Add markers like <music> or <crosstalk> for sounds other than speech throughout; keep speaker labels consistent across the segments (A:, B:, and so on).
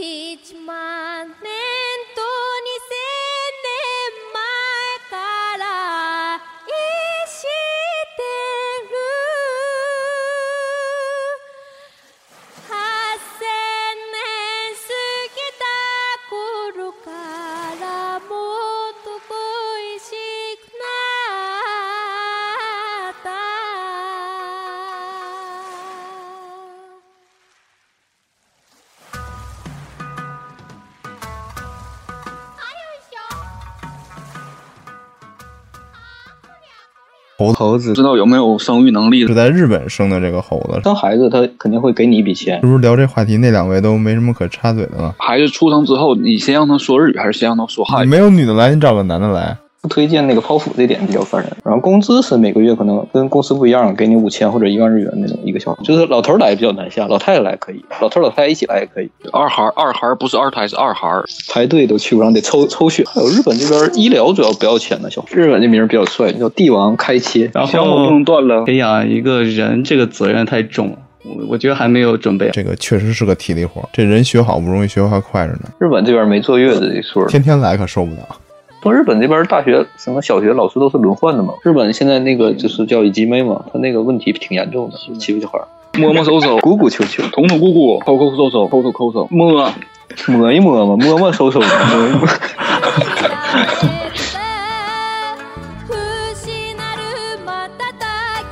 A: 1만 낸 돈이 세네 말까라 이 시대를 하세는 쓰기다 고루가라 모두 고이식나다
B: 猴子
C: 猴子不知道有没有生育能力
B: 是，在日本生的这个猴子，
D: 生孩子他肯定会给你一笔钱
B: 是，不是聊这话题那两位都没什么可插嘴的了？
C: 孩子出生之后，你先让他说日语，还是先让他说汉
B: 你
C: 语？
B: 没有女的来，你找个男的来，
D: 不推荐那个剖腹这点比较烦人。然后工资是每个月可能跟公司不一样，给你五千或者一万日元那种一个小时。就是老头儿来比较难下，老太太来可以，老头儿老太太一起来也可以，
C: 二孩，二孩不是二胎，是二孩。
D: 排队都去不上，得抽抽血。还有日本这边医疗主要不要钱的，小日本这名儿比较帅，叫帝王开切。然
E: 项目
D: 后
C: 弄断了，
E: 培养一个人这个责任太重了，我我觉得还没有准备。
B: 这个确实是个体力活儿，这人学好不容易，学坏快着呢，
D: 日本这边没坐月子这说，
B: 天天来可受不了。
D: 不，日本这边大学什么小学老师都是轮换的嘛。日本现在那个就是叫乙级妹嘛，他那个问题挺严重的，欺负小孩儿，
C: 摸摸手手，
D: 鼓鼓球球，
C: 捅捅咕咕，抠抠搜搜，抠搜抠搜，摸。
D: 摸一摸嘛，摸摸手手，摸一摸。
A: 不死なる瞬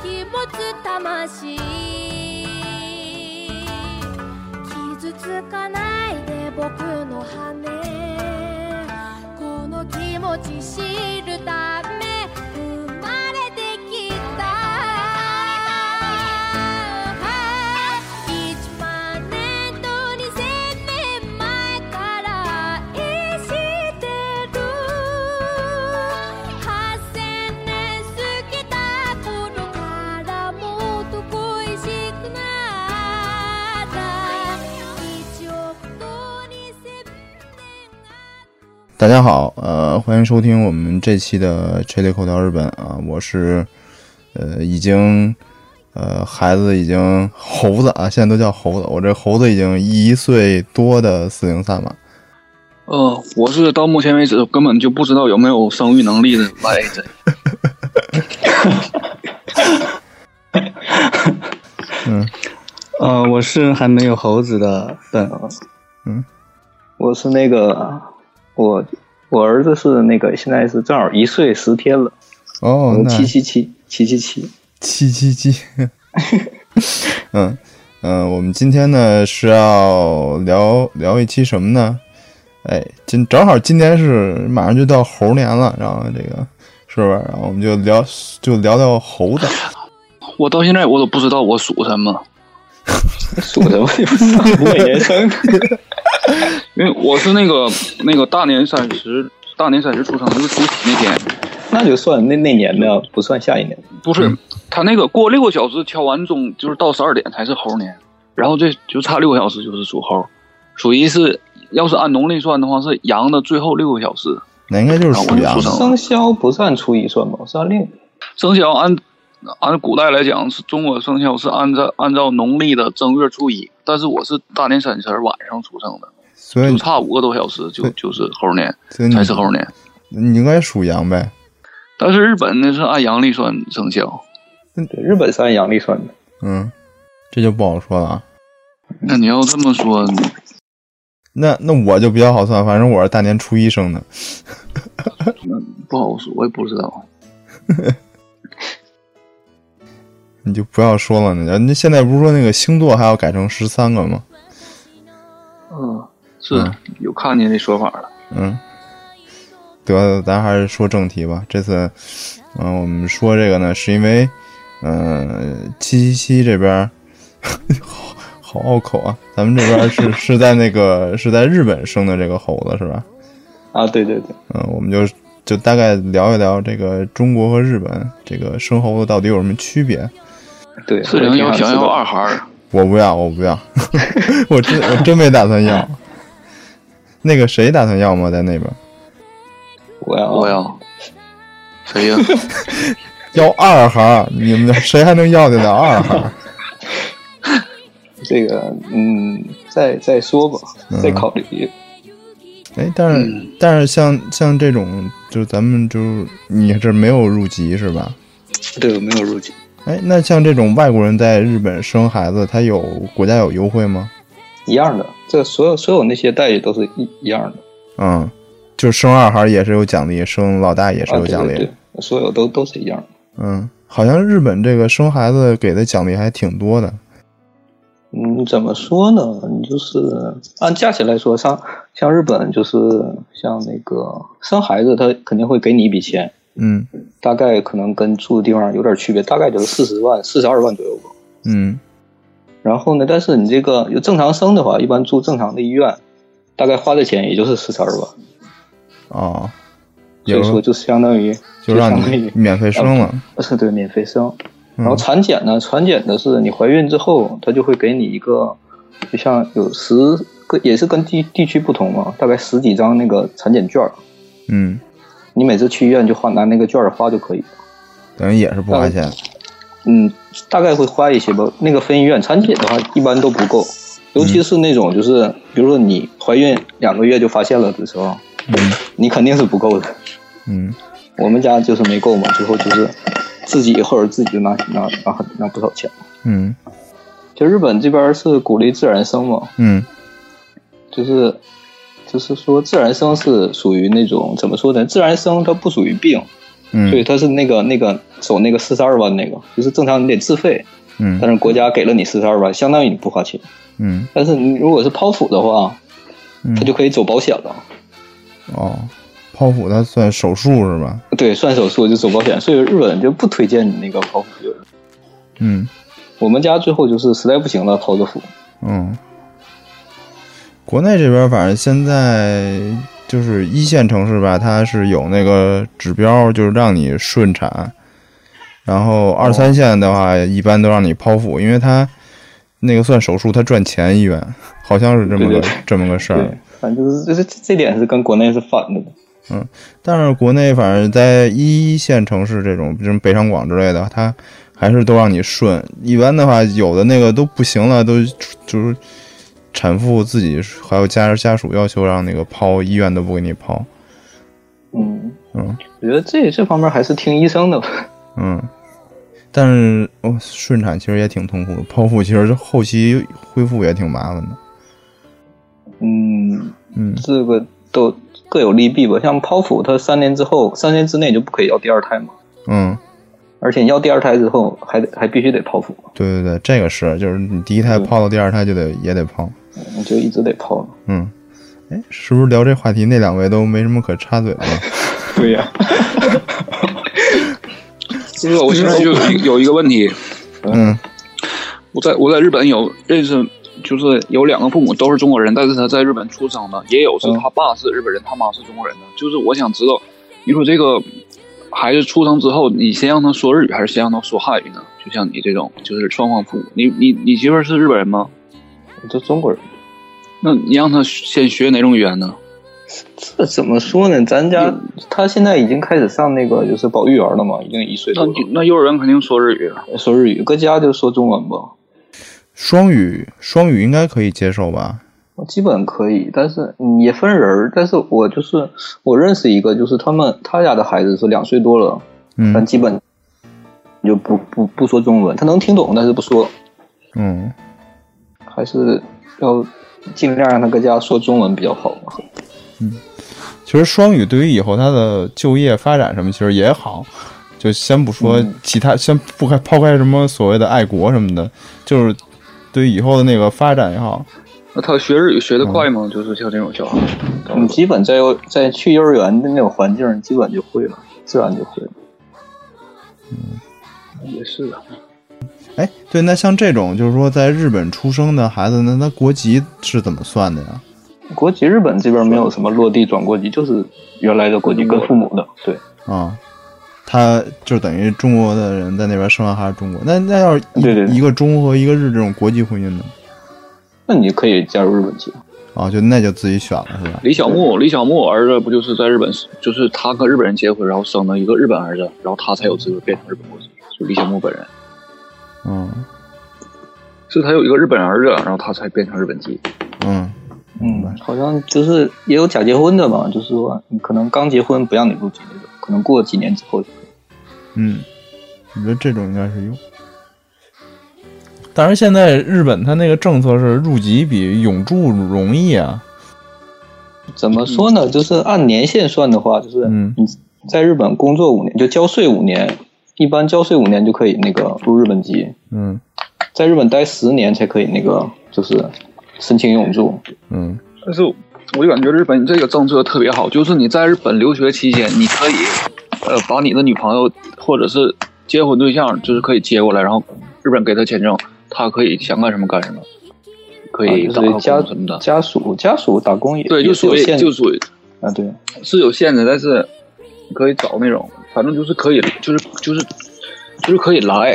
A: き持つ魂傷つかないで僕の羽この気持ち知るため生まれてきた1万年と2000年前から愛してる8000年過ぎた頃からもっと恋しくなった1億と2000
B: 大家好，呃，欢迎收听我们这期的《吹雷口条日本》啊，我是，呃，已经，呃，孩子已经猴子啊，现在都叫猴子，我这猴子已经一岁多的四零三了。
C: 呃，我是到目前为止根本就不知道有没有生育能力的来着。
E: 呃，我是还没有猴子的笨，
D: 我是那个，我我儿子是那个，现在是正好一岁十天了，
B: 哦，那
D: 七七七七七七，
B: 七七
C: <laughs>
B: 七，嗯嗯，我们今天呢是要聊聊一期什么呢？哎，今正好今年是马上就到猴年了，然后这个是不是？然后我们就聊就聊聊猴
C: <laughs>
B: 子，
C: 我到现在我都不知道我属什么，
D: 属什么？五百年生，
C: 因为我是那个那个大年三十，大年三十出生就是除夕那天，
D: <laughs> 那就算那那年的，不算下一年。
C: 不是他那个过六个小时敲完钟，就是到十二点才是猴年，然后这就差六个小时就是属猴，属于是要是按农历算的话是羊的最后六个小时，
B: 那应该就是属羊
C: 不
B: 的
C: 能。
D: 生肖不是按初一算吧，是按另
C: 生肖按按古代来讲是中国生肖是按照按照农历的正月初一，但是我是大年三十儿晚上出生的，
B: 所以
C: 就差五个多小时就
B: 对
C: 就是猴年
B: 所以
C: 才是猴
B: 你
C: 年。
B: 你应该属羊呗。
C: 但是日本呢是按阳历算生肖，
D: 对日本是按阳历算的。
B: 嗯，这就不好说了。啊。
C: 那你要这么说，
B: 那那我就比较好算，反正我是大年初一生的。
C: 不好说，我也不知道。
B: 你就不要说了那人家现在不是说那个星座还要改成十三个吗？
C: 嗯，是
B: 嗯
C: 有看见这说法了。
B: 嗯，得，咱还是说正题吧。这次，嗯、我们说这个呢，是因为，呃，七七七这边儿， <laughs> 好好拗口啊。咱们这边儿是是在那个是在日本生的这个猴子是吧？
D: 啊，对对对，
B: 嗯、我们就就大概聊一聊这个中国和日本这个生猴子到底有什么区别。
D: 对，
C: 四
D: 我也
C: 零
D: 挺
C: 幺
D: 想知
C: 想
D: 道
C: 要二孩儿，
B: 我不要，我不要， <laughs> 我真我真没打算要。那个谁打算要吗？在那边
D: 我要
C: 我 <laughs> 要谁呀？
B: 要二孩儿，你们谁还能要得了二孩儿？
D: 这个，嗯，再再说吧，再考虑。
B: 哎，但是、
D: 嗯
B: 但是像像这种，就是咱们就是你这没有入籍是吧？
D: 对，我没有入籍。
B: 哎，那像这种外国人在日本生孩子，他有国家有优惠吗？
D: 一样的，这所有所有那些待遇都是一一样的
B: 嗯，就是生二孩也是有奖励，生老大也是
D: 啊，
B: 有
D: 对
B: 奖励。
D: 对对，所有都都是一样的。
B: 嗯，好像日本这个生孩子给的奖励还挺多的。
D: 嗯，怎么说呢？你就是按价钱来说，像像日本就是像那个生孩子，他肯定会给你一笔钱，
B: 嗯
D: 大概可能跟住的地方有点区别，大概就是四十万、四十二万左右吧。
B: 嗯
D: 然后呢，但是你这个有正常生的话，一般住正常的医院，大概花的钱也就是四十二万，
B: 哦，
D: 所
B: 有
D: 以说就相当于
B: 就让
D: 相当
B: 你
D: 于
B: <laughs> 免费生了。
D: 是对免费生。
B: 嗯
D: 然后产检呢，产检的是你怀孕之后，它就会给你一个，就像有十个，也是跟地地区不同嘛，大概十几张那个产检券儿，
B: 嗯，
D: 你每次去医院就花拿那个券儿花就可以。
B: 等于也是不花钱。
D: 嗯，大概会花一些吧。那个分医院产检的话，一般都不够，尤
B: 嗯
D: 其是那种就是，比如说你怀孕两个月就发现了的时候，
B: 嗯
D: <laughs> 你肯定是不够的。
B: 嗯
D: 我们家就是没够嘛，最后就是自己或者自己就拿拿拿很拿不少钱。
B: 嗯
D: 就日本这边是鼓励自然生嘛，
B: 嗯
D: 就是就是说自然生是属于那种怎么说呢？自然生它不属于病，所以
B: 嗯
D: 它是那个那个走那个四十二万那个，就是正常你得自费，
B: 嗯
D: 但是国家给了你四十二万，相当于你不花钱。
B: 嗯
D: 但是你如果是剖腹的话，它
B: 嗯。
D: 就可以走保险了，
B: 哦，剖腹它算手术是吧？
D: 对，算手术就走保险，所以日本就不推荐你那个剖腹流产。
B: 嗯
D: 我们家最后就是实在不行了剖个腹，
B: 嗯。国内这边反正现在就是一线城市吧，它是有那个指标，就是让你顺产。然后二三线的话，一般都让你剖腹，因为它那个算手术，它赚钱医院，好像是这么个
D: 对对
B: 这么个事儿
D: 对。，反正就是这这这点是跟国内是反的。
B: 但是国内反正在一线城市这种，就是北上广之类的，它还是都让你顺。一般的话，有的那个都不行了，都就是产妇自己还有家家属要求让那个剖，医院都不给你剖。
D: 嗯
B: 嗯，
D: 我觉得这这方面还是听医生的吧。
B: 嗯，但是哦，顺产其实也挺痛苦的，剖腹其实后期恢复也挺麻烦的。
D: 嗯，
B: 嗯
D: 这个都各有利弊吧。像剖腹，它三年之后，三年之内就不可以要第二胎嘛，
B: 嗯，
D: 而且你要第二胎之后，还得还必须得剖腹，
B: 对对对，这个是，就是你第一胎
D: 对
B: 剖到第二胎就得也得剖。
D: 你就一直得剖了。
B: 嗯，哎，是不是聊这话题那两位都没什么可插嘴的？
D: 对呀、
C: 这个我现在就有一有一个问题，
B: 嗯
C: 我在我在日本有认识，就是有两个父母都是中国人，但是他在日本出生的，也有是
D: 嗯
C: 他爸是日本人，他妈是中国人的。就是我想知道，你说这个孩子出生之后，你先让他说日语，还是先让他说汉语呢？就像你这种，就是双方父母，你你你媳妇儿是日本人吗？
D: 我这中国人，
C: 那你让他先学哪种语言呢？
D: 这怎么说呢？咱家他现在已经开始上那个就是保育园了嘛，已经一岁
C: 那
D: 多
C: 你
D: 了，
C: 那幼儿园肯定说日语啊。
D: 说日语，搁家就说中文吧，
B: 双语，双语应该可以接受吧？
D: 基本可以。但是嗯也分人儿，但是我就是我认识一个，就是他们他家的孩子是两岁多了，但
B: 嗯
D: 基本就不不不说中文，他能听懂，但是不说，
B: 嗯，
D: 还是要尽量让他搁家说中文比较好嘛。
B: 其实双语对于以后他的就业发展什么，其实也好。就先不说
D: 嗯
B: 其他，先不开抛开什么所谓的爱国什么的，就是对于以后的那个发展也好。
C: 那他学日语学得快吗？就是像这种小孩，嗯
D: 你基本在幼在去幼儿园的那种环境，基本就会了，自然就会了。
C: 也是啊。
B: 哎，对，那像这种就是说在日本出生的孩子，那他国籍是怎么算的呀？
D: 国籍日本这边没有什么落地转国籍，就是原来的国籍跟父母的。对，
B: 啊，他就等于中国的人在那边生完还是中国？那那要是一
D: 对对对
B: 一个中和一个日这种国际婚姻呢？
D: 那你可以加入日本籍。
B: 啊，就那就自己选了是吧？
C: 李小牧，李小牧儿子不就是在日本，就是他跟日本人结婚，然后生了一个日本儿子，然后他才有资格变成日本国籍。就李小牧本人，
B: 嗯
C: 是他有一个日本儿子，然后他才变成日本籍。
B: 嗯，明白
D: 嗯，好像就是也有假结婚的嘛，就是说你可能刚结婚不让你入籍那种，可能过几年之后就可以。
B: 嗯，我觉得这种应该是有。但是现在日本它那个政策是入籍比永住容易啊，
D: 怎么说呢？就是按年限算的话，就是
B: 嗯
D: 你在日本工作五年，就交税五年，一般交税五年就可以那个入日本籍，
B: 嗯
D: 在日本待十年才可以那个就是申请永住。
B: 嗯
C: 但是我就感觉日本这个政策特别好，就是你在日本留学期间，你可以呃把你的女朋友或者是结婚对象，就是可以接过来，然后日本给他签证，他可以想干什么干什么，可以
D: 啊
C: 打
D: 就是
C: 工
D: 家
C: 什么的。
D: 家属家属打工也
C: 对，
D: 也
C: 就是属
D: 有
C: 于
D: 限
C: 就属于
D: 啊，对，
C: 是有限制，但是你可以找那种，反正就是可以，就是就是就是可以来，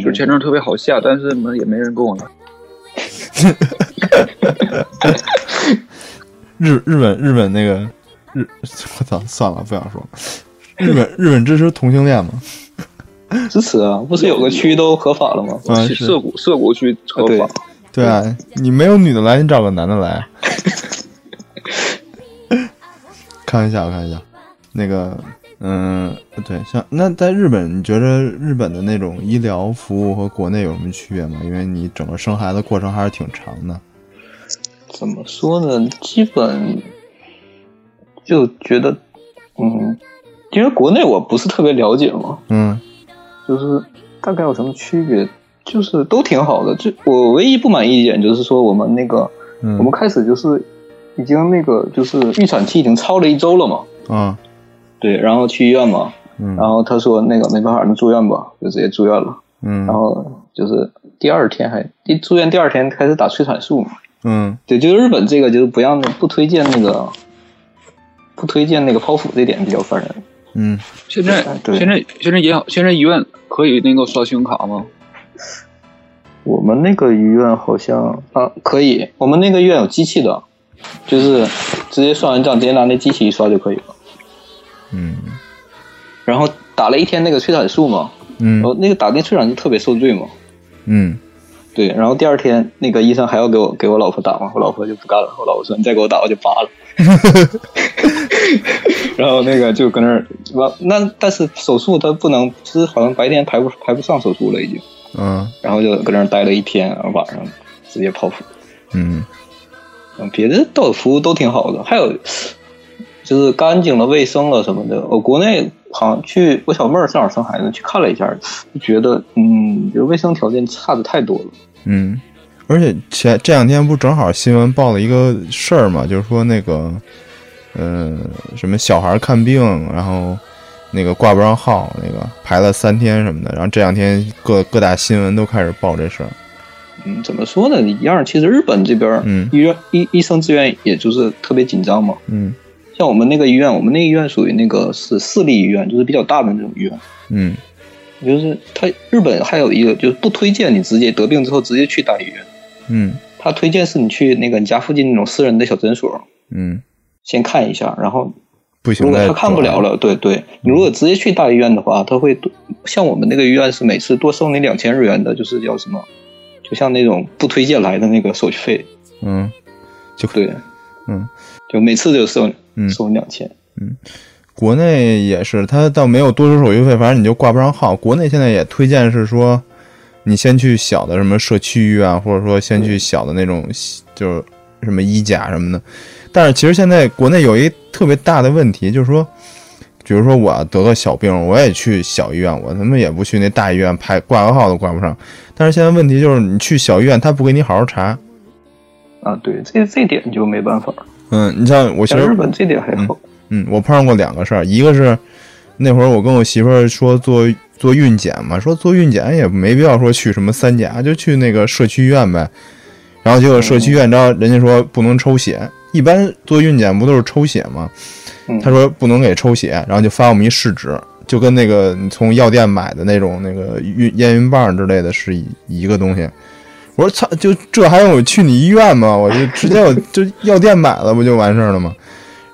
C: 就是
D: 对
C: 签证特别好下，但是嘛也没人跟我来。
B: 日日本日本那个日， <laughs> 我操，算了，不想说了。日本日本支持同性恋吗？
D: 支持啊！不是有个区都合法了吗？
B: 啊，
C: 去
B: 是
C: 涩谷涩谷去合
D: 对
C: 法，
B: 对啊，你没有女的来，你找个男的来。啊开玩笑，开玩笑。那个，嗯，对，像那在日本，你觉得日本的那种医疗服务和国内有什么区别吗？因为你整个生孩子过程还是挺长的。
D: 怎么说呢？基本就觉得，嗯，因为国内我不是特别了解嘛，
B: 嗯
D: 就是大概有什么区别，就是都挺好的。就我唯一不满意一点就是说，我们那个、
B: 嗯，
D: 我们开始就是已经那个就是预产期已经超了一周了嘛，
B: 啊
D: 对，然后去医院嘛，
B: 嗯
D: 然后他说那个没办法，那住院吧，就直接住院了。
B: 嗯
D: 然后就是第二天还第住院第二天开始打催产素嘛，
B: 嗯
D: 对，就是日本这个就是不让不推荐那个不推荐那个剖腹这点比较烦人。
B: 嗯，
C: 现在
D: 啊对
C: 现在现在银行现在医院可以那个刷信用卡吗？
D: 我们那个医院好像啊可以，我们那个医院有机器的，就是直接算完账直接拿那机器一刷就可以了。
B: 嗯
D: 然后打了一天那个催产素嘛，
B: 嗯
D: 然后那个打那催产素特别受罪嘛，
B: 嗯
D: 对，然后第二天那个医生还要给我给我老婆打嘛，我老婆就不干了，我老婆说你再给我打我就拔了。 <laughs> 然后那个就搁那儿，完那但是手术他不能，就是好像白天排不排不上手术了已经，
B: 嗯
D: 然后就搁那儿待了一天，然后晚上直接剖腹。
B: 嗯
D: 嗯，别的倒服务都挺好的，还有就是干净了、卫生了什么的。我国内好像去我小妹儿正好生孩子，去看了一下，就觉得嗯，就卫生条件差的太多了。
B: 嗯，而且前这两天不正好新闻报了一个事儿嘛，就是说那个，呃，什么小孩儿看病，然后那个挂不上号，那个排了三天什么的，然后这两天各各大新闻都开始报这事儿。
D: 嗯，怎么说呢？一样，其实日本这边儿
B: 嗯
D: 医院医医生资源也就是特别紧张嘛。
B: 嗯
D: 像我们那个医院，我们那个医院属于那个是私立医院，就是比较大的那种医院。
B: 嗯
D: 就是它日本还有一个就是不推荐你直接得病之后直接去大医院，
B: 嗯
D: 它推荐是你去那个你家附近那种私人的小诊所
B: 嗯，
D: 先看一下，然后
B: 不行，
D: 如果
B: 再
D: 他看不
B: 转
D: 了了，对对，你如果直接去大医院的话，他会多像我们那个医院是每次多收你两千日元的，就是叫什么，就像那种不推荐来的那个手续费，
B: 嗯，就
D: 对，
B: 嗯，
D: 就每次就收
B: 嗯
D: 收两千，
B: 国内也是，他倒没有多收手续费，反正你就挂不上号。国内现在也推荐是说，你先去小的什么社区医院，或者说先去小的那种就是什么医甲什么的。但是其实现在国内有一特别大的问题，就是说，比如说我得个小病，我也去小医院，我他妈也不去那大医院排挂个号都挂不上。但是现在问题就是，你去小医院，他不给你好好查。
D: 啊，对，这这点就没办法。
B: 嗯，你像我其
D: 像
B: 实
D: 日本这点还好，
B: 嗯，我碰上过两个事儿，一个是那会儿我跟我媳妇儿说做做孕检嘛，说做孕检也没必要说去什么三甲，就去那个社区医院呗。然后结果社区医院，你知道人家说不能抽血，一般做孕检不都是抽血吗？
D: 嗯
B: 他说不能给抽血，然后就发我们一试纸，就跟那个你从药店买的那种那个孕验孕棒之类的是一一个东西。我说操，就这还用我去你医院吗？我就直接我就药店买了不就完事儿了吗？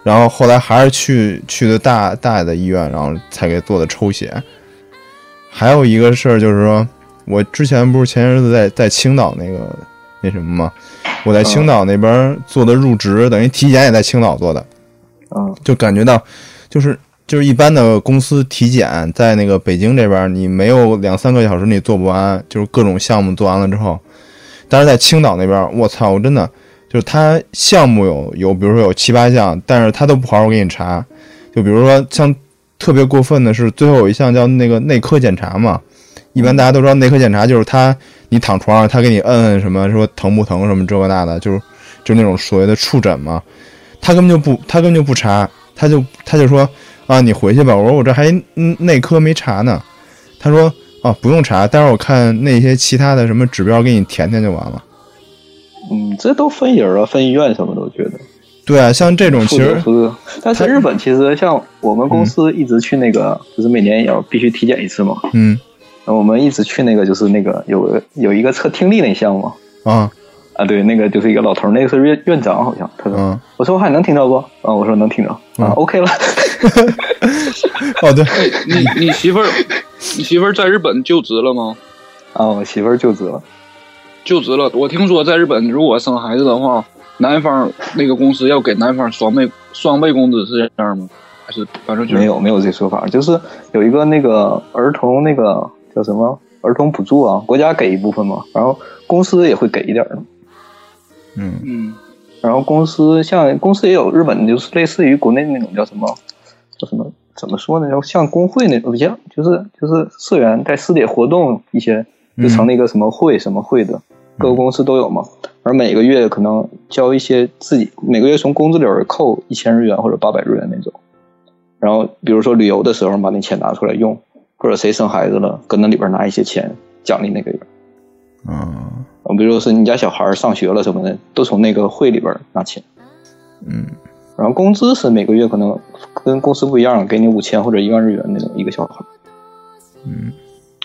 B: 然后后来还是去去的大大的医院，然后才给做的抽血。还有一个事儿就是说，我之前不是前些日子在在青岛那个那什么嘛。我在青岛那边做的入职，等于体检也在青岛做的，
D: 嗯
B: 就感觉到，就是就是一般的公司体检，在那个北京这边，你没有两三个小时你做不完，就是各种项目做完了之后，但是在青岛那边，我操，我真的就是他项目有有，比如说有七八项，但是他都不好好给你查，就比如说像特别过分的是，最后有一项叫那个内科检查嘛，一般大家都知道内科检查就是他你躺床上，他给你摁摁什么，说疼不疼什么这个那的，就是就那种所谓的触诊嘛，他根本就不他根本就不查，他就他就说啊你回去吧，我说我这还嗯内科没查呢，他说啊不用查，待会儿我看那些其他的什么指标给你填填就完了。
D: 嗯，这都分人啊，分医院什么的，我觉得。
B: 对啊，像这种其
D: 负责
B: 实
D: 负责，但是日本其实像我们公司一直去那个，就是每年也要必须体检一次嘛。
B: 嗯
D: 然后我们一直去那个，就是那个有个有一个测听力那项目
B: 啊
D: 啊，对，那个就是一个老头儿，那个是院院长好像，他说，
B: 嗯
D: 我说我喊能听着不？啊，我说能听着，啊，OK 了， <laughs>
B: 哦对，
C: 你你媳妇儿，你媳妇儿在日本就职了吗？
D: 啊，我媳妇儿就职了，
C: 就职了。我听说在日本，如果生孩子的话，男方那个公司要给男方双倍双倍工资，是这样吗？还是反正就是
D: 没有没有这说法，就是有一个那个儿童那个叫什么儿童补助啊，国家给一部分嘛，然后公司也会给一点儿的。
B: 嗯
C: 嗯，
D: 然后公司像公司也有日本的，就是类似于国内那种叫什么叫什么怎么说呢？像工会那种，不像就是就是社员在私底活动一些，就成立一个什么会什么会的，各个公司都有嘛。而每个月可能交一些自己每个月从工资里边扣一千日元或者八百日元那种，然后比如说旅游的时候把那钱拿出来用，或者谁生孩子了，跟那里边拿一些钱奖励那个人。
B: 啊
D: 啊，比如说是你家小孩上学了什么的，都从那个会里边拿钱。
B: 嗯
D: 然后工资是每个月可能跟公司不一样，给你五千或者一万日元那种一个小孩，
B: 嗯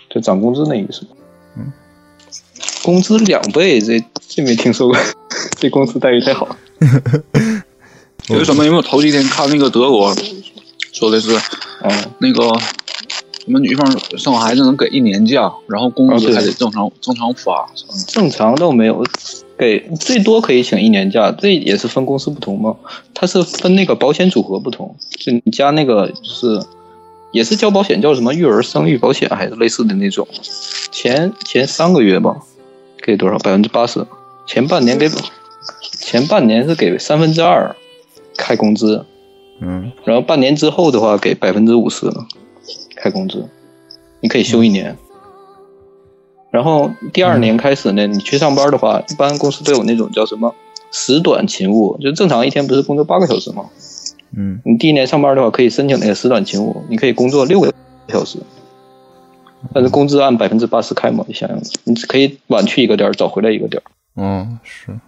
D: 就涨工资那意思。嗯，工资两倍，这这没听说过， <laughs> 这公司待遇太好。
C: 为什么？因为我头几天看那个德国说的是
D: 嗯，
C: 那个什么女方生孩子能给一年假，然后工
D: 啊对
C: 资还得正常、正常发。
D: 正常都没有，给最多可以请一年假，这也是分公司不同嘛。它是分那个保险组合不同，就你加那个就是也是交保险，叫什么育儿生育保险还是类似的那种，前前三个月吧，给多少百分之八十，前半年给前半年是给三分之二开工资，
B: 嗯
D: 然后半年之后的话给百分之五十开工资，你可以休一年。然后第二
B: 嗯
D: 年开始呢，你去上班的话，一般公司都有那种叫什么时短勤务，就正常一天不是工作八个小时吗？
B: 嗯
D: 你第一年上班的话，可以申请那个时短勤务，你可以工作六个小时，但是工资按百分之八十开嘛，就相应的，你只可以晚去一个点儿，早回来一个点儿，
B: 哦是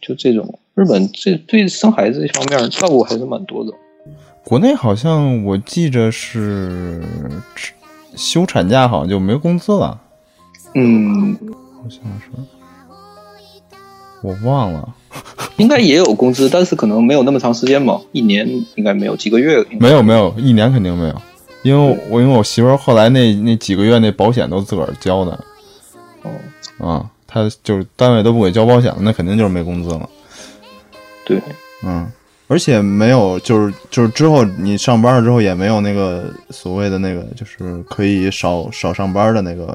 D: 就这种。日本这对生孩子这方面照顾还是蛮多的。
B: 国内好像我记着是休产假好像就没工资了，
D: 嗯，
B: 好像是，我忘了，
D: 应该也有工资，但是可能没有那么长时间吧，一年应该没有，几个月应该
B: 没有没有，一年肯定没有，因为我因为我媳妇儿后来那那几个月那保险都自个儿交的，
D: 哦，
B: 啊，她就是单位都不给交保险了，那肯定就是没工资了，
D: 对，
B: 嗯，而且没有就是就是之后你上班了之后也没有那个所谓的那个就是可以少少上班的那个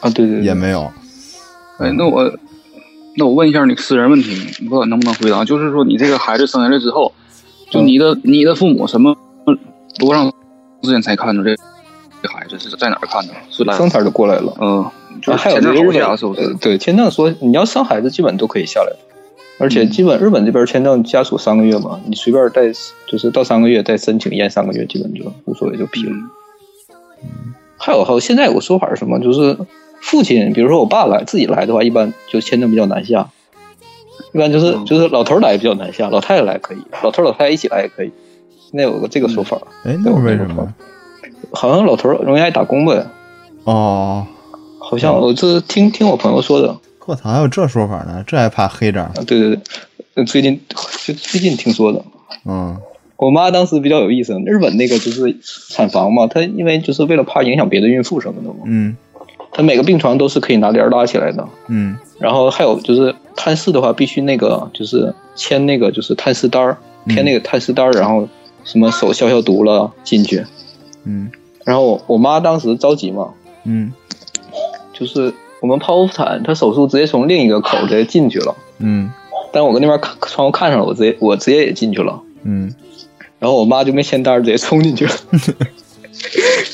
D: 啊，对对对，
B: 也没有，
C: 哎，那我那我问一下你个私人问题，你不知道能不能回答？就是说你这个孩子生下来之后，
D: 嗯
C: 就你的、你的父母什么多长时间才看着这这孩子是在哪儿看的？是来
D: 生产就过来了。
C: 嗯、就
D: 啊，
C: 是
D: 还有
C: 前
D: 那
C: 阵
D: 个
C: 儿
D: 日
C: 好假
D: 本
C: 是不
D: 呃
C: 是？
D: 对，签证说你要生孩子，基本都可以下来，而且
C: 嗯
D: 基本日本这边签证家属三个月嘛，你随便带就是到三个月再申请验三个月，基本就无所谓就批了。
C: 嗯
D: 还有还有，现在有个说法是什么？就是父亲，比如说我爸来自己来的话，一般就签证比较难下，一般就是
C: 嗯
D: 就是老头儿来比较难下，老太太来可以，老头儿老太太一起来也可以。现在有个这个说法，
C: 嗯
B: 哎，那是为什么？
D: 好像老头儿容易爱打工呗，
B: 哦，
D: 好像
C: 嗯
D: 我这是听听我朋友说的。
B: 我操，还有这说法呢？这还怕黑账？
D: 啊，对对对，呃最近就最近听说的。
B: 嗯
D: 我妈当时比较有意思，日本那个就是产房嘛，她因为就是为了怕影响别的孕妇什么的嘛，
B: 嗯
D: 她每个病床都是可以拿帘儿拉起来的，
B: 嗯
D: 然后还有就是探视的话，必须那个就是签那个就是探视单儿，
B: 嗯
D: 填那个探视单儿，然后什么手消消毒了进去。
B: 嗯
D: 然后我我妈当时着急嘛，
B: 嗯
D: 就是我们剖腹产，她手术直接从另一个口直接进去了，
B: 嗯
D: 但我跟那边看窗户看上了，我直接我直接也进去了。
B: 嗯，
D: 然后我妈就没签单儿，直接冲进
B: <laughs>
D: 去了，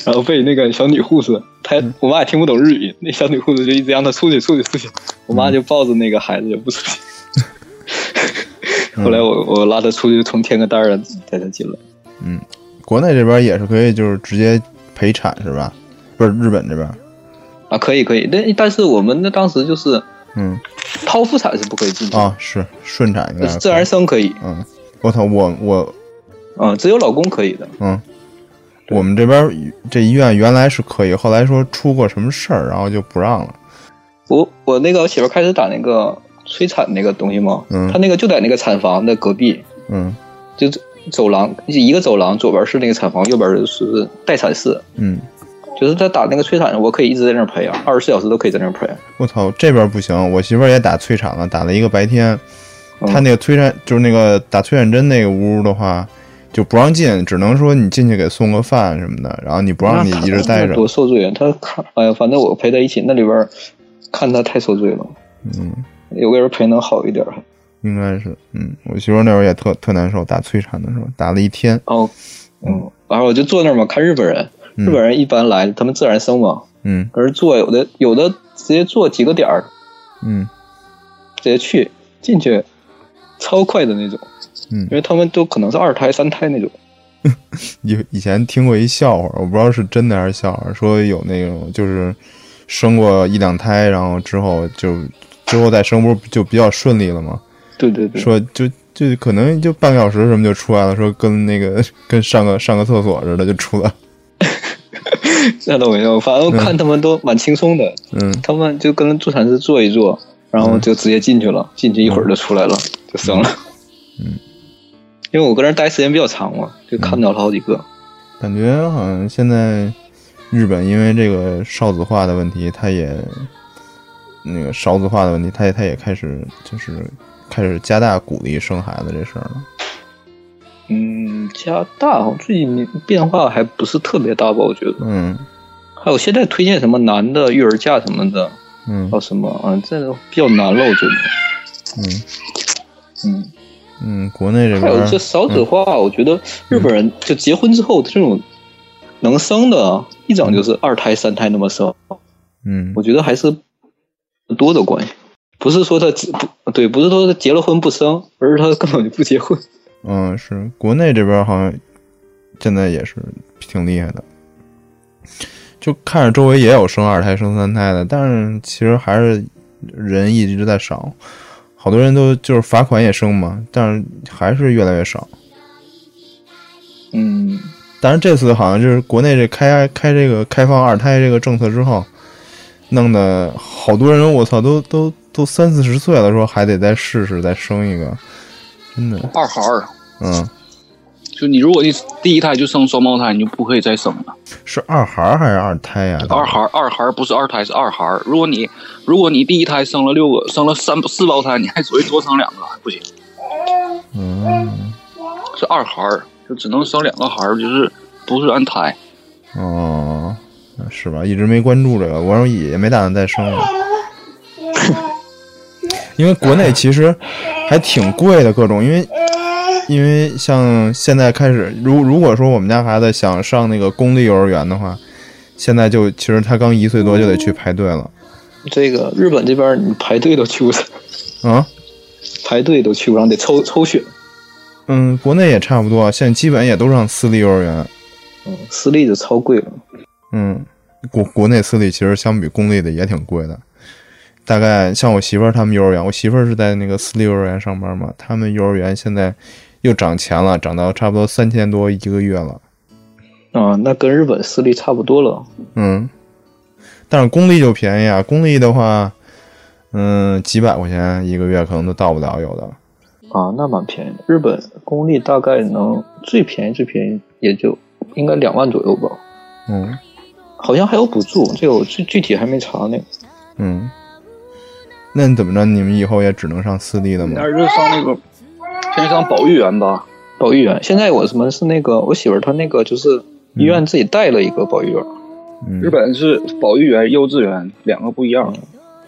D: 然后被那个小女护士，她
B: 嗯
D: 我妈也听不懂日语，那小女护士就一直让她出去出去出去，我妈就抱着那个孩子也不出去。
B: 嗯
D: 后来我我拉她出去，重填个单儿，啊带她进来。
B: 国内这边也是可以，就是直接陪产是吧？不是日本这边，
D: 啊，可以可以，但但是我们那当时就是
B: 嗯
D: 剖腹产是不可以进去的，
B: 啊是顺产应
D: 就
B: 该
D: 是
B: 是
D: 自然生可以，
B: 嗯，我操我我
D: 啊，只有老公可以的。
B: 嗯，我们这边这医院原来是可以，后来说出过什么事儿，然后就不让了。
D: 我我那个我媳妇儿开始打那个催产那个东西嘛，
B: 嗯
D: 她那个就在那个产房的隔壁，
B: 嗯
D: 就走廊一个走廊，左边是那个产房，右边就是待产室。
B: 嗯，
D: 就是他打那个催产，我可以一直在那儿陪啊，二十四小时都可以在那儿陪。啊
B: 我操这边不行，我媳妇儿也打催产了，打了一个白天，
D: 嗯
B: 她那个催产就是那个打催产针那个屋的话。就不让进，只能说你进去给送个饭什么的，然后你不让你一直待着
D: 那。多受罪啊！他看，哎呀，反正我陪他一起，那里边儿看他太受罪了。
B: 嗯，
D: 有个人陪能好一点儿。
B: 应该是，嗯，我媳妇儿那会儿也特特难受，打催产的时候打了一天，
D: 然后，嗯，然后我就坐那儿嘛，看日本人。
B: 嗯
D: 日本人一般来，他们自然生嘛，
B: 嗯
D: 可是坐有的有的直接坐几个点儿，
B: 嗯
D: 直接去进去，超快的那种。
B: 嗯
D: 因为他们都可能是二胎、三胎那种。
B: 以以前听过一笑话，我不知道是真的还是笑话，说有那种就是生过一两胎，然后之后就之后再生不是就比较顺利了吗？
D: 对对对，
B: 说就就可能就半个小时什么就出来了，说跟那个 <laughs> 跟上个上个厕所似的就出来了，
D: 那倒没有，反正看他们都蛮轻松的。
B: 嗯
D: 他们就跟助产士坐一坐，然后就直接进去了，进去一会儿就出来了，就生了。
B: 嗯，
D: <laughs> 因为我搁那儿待时间比较长嘛，就看到了好几个。
B: 感觉好像现在日本因为这个少子化的问题，它也那个少子化的问题，它也它也开始就是开始加大鼓励生孩子这事儿了。
D: 嗯，加大好像最近变化还不是特别大吧，我觉得。
B: 嗯
D: 还有现在推荐什么男的育儿假什么的，
B: 嗯
D: 还有什么，嗯，这都比较难了，我觉得。
B: 嗯
D: 嗯，
B: 嗯，国内这
D: 还
B: 边
D: 有
B: 儿
D: 这少子化，我觉得日本人就结婚之后这种能生的啊，一整就是二胎、三胎那么生。
B: 嗯
D: 我觉得还是多的关系，不是说他只不对，不是说他结了婚不生，而是他根本就不结婚。
B: 嗯是国内这边儿好像现在也是挺厉害的，就看着周围也有生二胎、生三胎的，但是其实还是人一直在少，好多人都就是罚款也生嘛，但是还是越来越少。
D: 嗯，
B: 但是这次好像就是国内这开开这个开放二胎这个政策之后，弄得好多人我操都都都三四十岁了，说还得再试试再生一个，真的，
C: 二孩儿，
B: 嗯，
C: 就你如果一第一胎就生双胞胎，你就不可以再生了。
B: 是二孩儿还是二胎呀、
C: 二孩儿，二孩儿不是二胎，是二孩儿。如果你如果你第一胎生了六个，生了三四胞胎，你还属于多生两个，不行，
B: 嗯，
C: 是二孩儿，就只能生两个孩儿，就是不是按胎。
B: 哦，是吧？一直没关注这个，我说也没打算再生了，因为国内其实还挺贵的各种，因为因为像现在开始，如如果说我们家孩子想上那个公立幼儿园的话，现在就其实他刚一岁多就得去排队了
D: 这个日本这边你排队都去不上，
B: 啊。
D: 排队都去不上，得抽抽血。
B: 嗯，国内也差不多，现在基本也都上私立幼儿园。
D: 嗯，私立就超贵了。
B: 嗯，国国内私立其实相比公立的也挺贵的，大概像我媳妇儿他们幼儿园，我媳妇儿是在那个私立幼儿园上班嘛，他们幼儿园现在又涨钱了，涨到差不多三千多一个月了。
D: 啊、那跟日本私立差不多了。
B: 嗯，但是公立就便宜啊，公立的话，嗯，几百块钱一个月可能都到不了，有的。
D: 啊，那蛮便宜的。日本公立大概能最便宜最便宜也就应该两万左右吧，
B: 嗯
D: 好像还有补助，这个我具具体还没查呢。
B: 嗯，那怎么着？你们以后也只能上私立的吗
C: 那？就上那个，先上保育园吧。
D: 保育员。现在我什么是那个我媳妇儿她那个就是医院自己带了一个保育员，
B: 嗯
C: 日本是保育园、幼稚园两个不一样。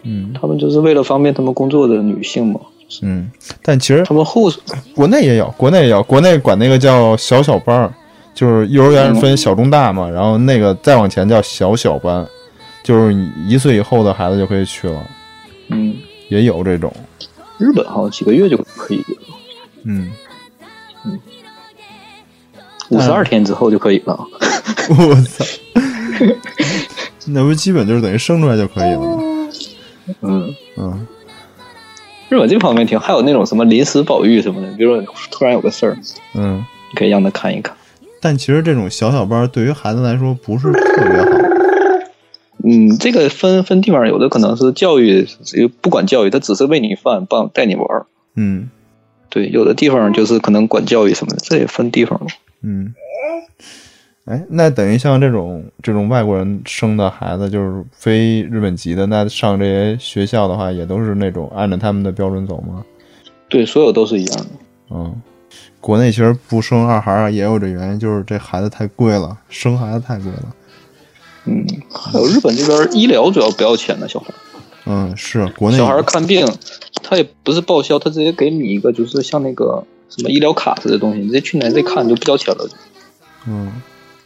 B: 嗯
D: 他们就是为了方便他们工作的女性嘛，
B: 嗯，但其实
D: 他们护士
B: 国内也有，国内也有，国内管那个叫小小班儿，就是幼儿园分小中大嘛，然后那个再往前叫小小班，就是一岁以后的孩子就可以去了，
D: 嗯，
B: 也有这种，
D: 日本好像几个月就可以，
B: 嗯，
D: 五十二天之后就可以了。
B: 我操， <laughs> 那不基本就是等于生出来就可以了吗？
D: 嗯，
B: 嗯，
D: 日本这方面挺，还有那种什么临时保育什么的，比如说突然有个事儿，
B: 嗯，
D: 你可以让他看一看。
B: 但其实这种小小班儿对于孩子来说不是特别好，
D: 嗯，这个分分地方，有的可能是教育，不管教育，他只是喂你饭，帮带你玩儿。
B: 嗯
D: 对，有的地方就是可能管教育什么的，这也分地方。
B: 嗯，哎，那等于像这种这种外国人生的孩子，就是非日本籍的，那上这些学校的话，也都是那种按照他们的标准走吗？
D: 对，所有都是一样的。
B: 嗯，国内其实不生二孩儿也有这原因，就是这孩子太贵了，生孩子太贵了。
D: 嗯，还有日本这边医疗主要不要钱的小孩儿，
B: 嗯，是国内
D: 小孩儿看病，他也不是报销，他直接给你一个就是像那个什么医疗卡似的东西，你直接去哪里看就不交钱了。
B: 嗯，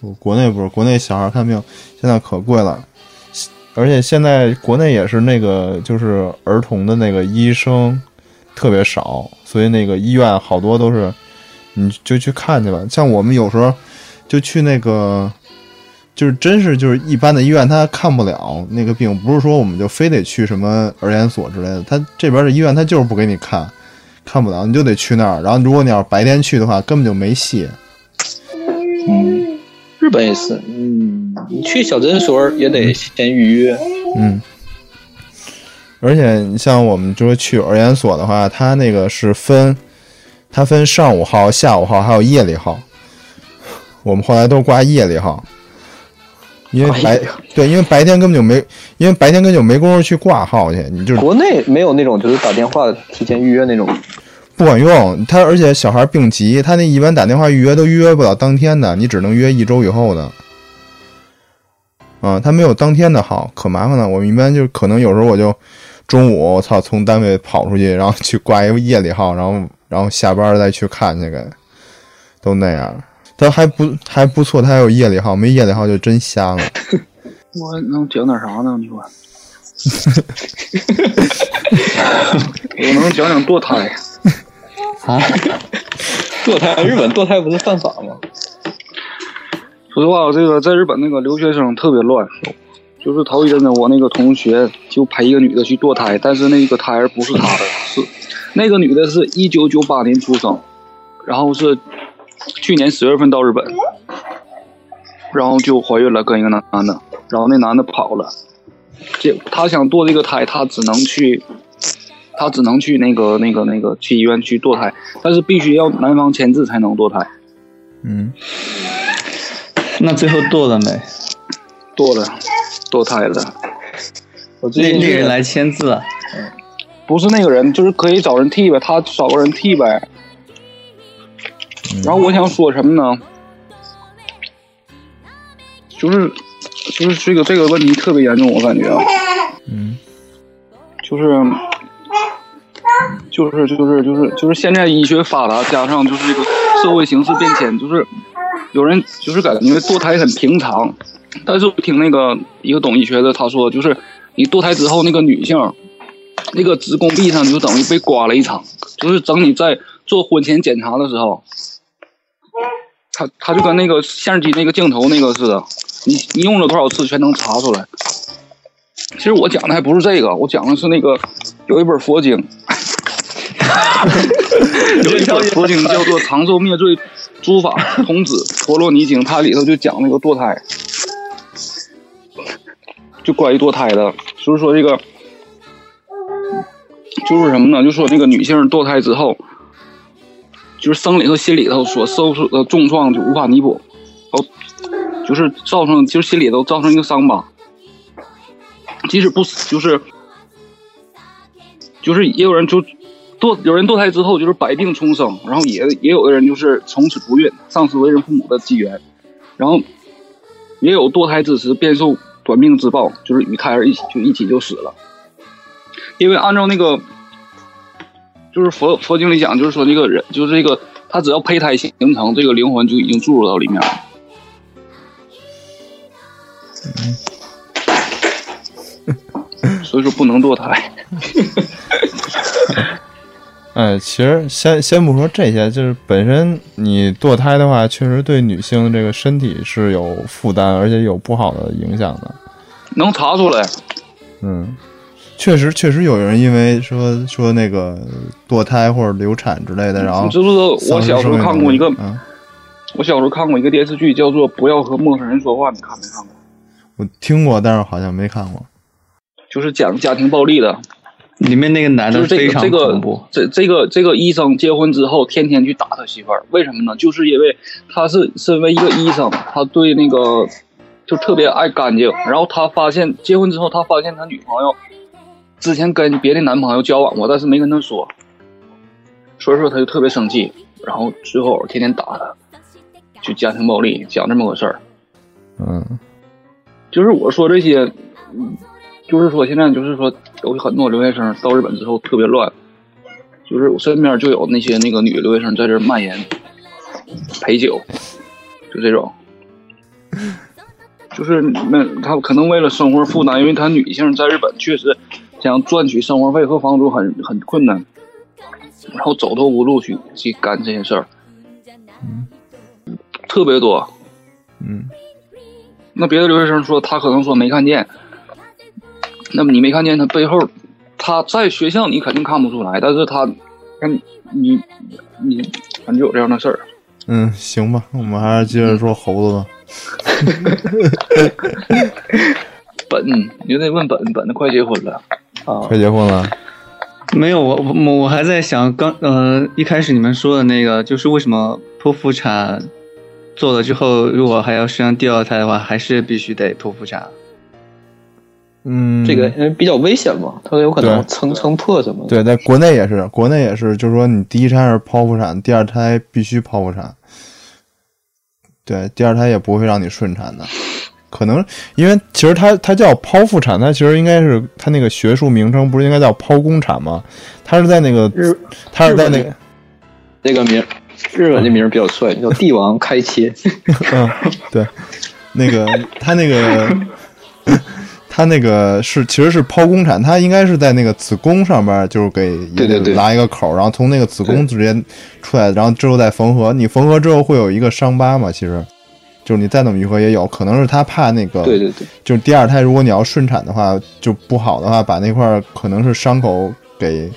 B: 我国内不是，国内小孩看病现在可贵了，而且现在国内也是那个就是儿童的那个医生特别少，所以那个医院好多都是你就去看去吧。像我们有时候就去那个。就是真是就是一般的医院，他看不了那个病，不是说我们就非得去什么儿研所之类的，他这边的医院他就是不给你看，看不了，你就得去那儿。然后如果你要是白天去的话，根本就没戏。
D: 嗯，日本也是，嗯，你去小诊所也得先预约。
B: 嗯，而且你像我们就是去儿研所的话，它那个是分，它分上午号、下午号还有夜里号。我们后来都挂夜里号，因为
D: 挂
B: 白
D: 夜里号
B: 对，因为白天根本就没，因为白天根本就没工夫去挂号去，你就是
D: 国内没有那种就是打电话提前预约那种，
B: 不管用。他而且小孩病急，他那一般打电话预约都预约不了当天的，你只能约一周以后的。啊，他没有当天的号，可麻烦了。我们一般就可能有时候我就中午，我操，从单位跑出去，然后去挂一个夜里号，然后然后下班再去看去给，都那样。但还不还不错，他还有夜里号，没夜里号就真瞎了。
C: 我能讲点啥呢？你说， <laughs> 我能讲讲堕胎。
E: 啊，
D: 堕胎，日本堕胎不是犯法吗？
C: 说实话，这个在日本那个留学生特别乱，就是头一阵子我那个同学就陪一个女的去堕胎，但是那个胎儿不是她的，是那个女的是一九九八年出生，然后是去年十月份到日本，然后就怀孕了，跟一个男的，然后那男的跑了，结她想堕这个胎，她只能去。她只能去那个、那个、那个去医院去堕胎，但是必须要男方签字才能堕胎。
B: 嗯，
E: 那最后剁了没？
C: 堕了，堕胎了。
D: 我最
E: 那
D: 近
E: 那个人来签字啊？
C: 不是那个人，就是可以找人替呗，他找个人替呗。然后我想说什么呢？就是，就是这个这个问题特别严重，我感觉啊，
B: 嗯，
C: 就是，就是就是就是就是现在医学发达，加上就是这个社会形势变迁，就是有人就是感觉堕胎很平常，但是我听那个一个懂医学的他说，就是你堕胎之后那个女性那个子宫壁上就等于被刮了一场，就是等你在做婚前检查的时候，它它就跟那个相机那个镜头那个似的，你你用了多少次全能查出来。其实我讲的还不是这个，我讲的是那个有一本佛经，有一本佛经叫做《长寿灭罪诸法童子婆罗尼经》，它里头就讲那个堕胎，就关于堕胎的，就是说这个。就是什么呢？就说那个女性堕胎之后，就是生理和心理头所受受的重创就无法弥补，哦，就是造成就是心里头造成一个伤疤，即使不死就是就是也有人就堕有人堕胎之后就是百病丛生，然后也也有的人就是从此不孕，丧失为人父母的机缘，然后也有堕胎之时便受短命之报，就是与胎儿一起就一起就死了。因为按照那个就是佛佛经里讲，就是说这个人就是这个他只要胚胎形成，这个灵魂就已经注入到里面了。 <laughs> 所以说不能堕胎。
B: 哎，其实先先不说这些，就是本身你堕胎的话，确实对女性这个身体是有负担，而且有不好的影响的。
C: 能查出来，
B: 嗯，确实确实有人因为说说那个堕胎或者流产之类的，
E: 啊
B: 然后
C: 你知不知道？
B: 丧
C: 我
B: 失
C: 小时候
B: 生育
C: 看
B: 能
C: 过
B: 力
C: 一个，
B: 嗯，
C: 我小时候看过一个电视剧，叫做《不要和陌生人说话》，你看没看过？
B: 我听过，但是好像没看过。
C: 就是讲家庭暴力的，
E: 里啊面那个男
C: 就
E: 的
C: 是这
E: 非
C: 个
E: 常
C: 这
E: 恐
C: 个
E: 怖，
C: 这这个这个医生结婚之后，天天去打他媳妇儿，为什么呢？就是因为他是身为一个医生，他对那个就特别爱干净，然后他发现 <laughs> 结婚之后，他发现他女朋友之前跟别的男朋友交往过，但是没跟他说，所以说他就特别生气，然后之后天天打他，就家庭暴力，讲这么个事儿。
B: 嗯
C: 就是我说这些，嗯就是说现在就是说有很多留学生到日本之后特别乱，就是我身边就有那些那个女留学生在这儿蔓延陪酒，就这种，就是那她可能为了生活负担，因为她女性在日本确实想赚取生活费和房租很很困难，然后走投无路去去干这些事儿，嗯特别多。
B: 嗯，
C: 那别的留学生说他可能说没看见，那么你没看见他背后，他在学校你肯定看不出来，但是他，那你你你反正就有这样的事儿。
B: 嗯，行吧，我们还是接着说猴子吧。
C: 本，你就得问本，本子快结婚了，
D: 啊
B: 快，结婚了，
E: 没有，我我我还在想刚呃一开始你们说的那个，就是为什么剖腹产做了之后，如果还要生第二胎的话，还是必须得剖腹产。
B: 嗯，
D: 这个因为比较危险嘛，它有可能
B: 对
D: 撑撑破什么的。
B: 对，在国内也是，国内也是，就是说你第一胎是剖腹产，第二胎必须剖腹产。对，第二胎也不会让你顺产的，可能因为其实它它叫剖腹产，它其实应该是它那个学术名称不是应该叫剖宫产吗？它是在那个
D: 日
B: 它是在
D: 日
B: 那
D: 本
B: 个
D: 这个名儿，日本的名儿比较帅，叫帝王开切。
B: 嗯，对，那个它那个 <laughs> 它那个是其实是剖宫产，它应该是在那个子宫上边儿就是给
D: 对对对
B: 拉一个口儿，然后从那个子宫直接出来，然后之后再缝合。你缝合之后会有一个伤疤嘛？其实就是你再怎么愈合也有，可能是他怕那个
D: 对对对，
B: 就是第二胎，如果你要顺产的话，就不好的话，把那块儿可能是伤口给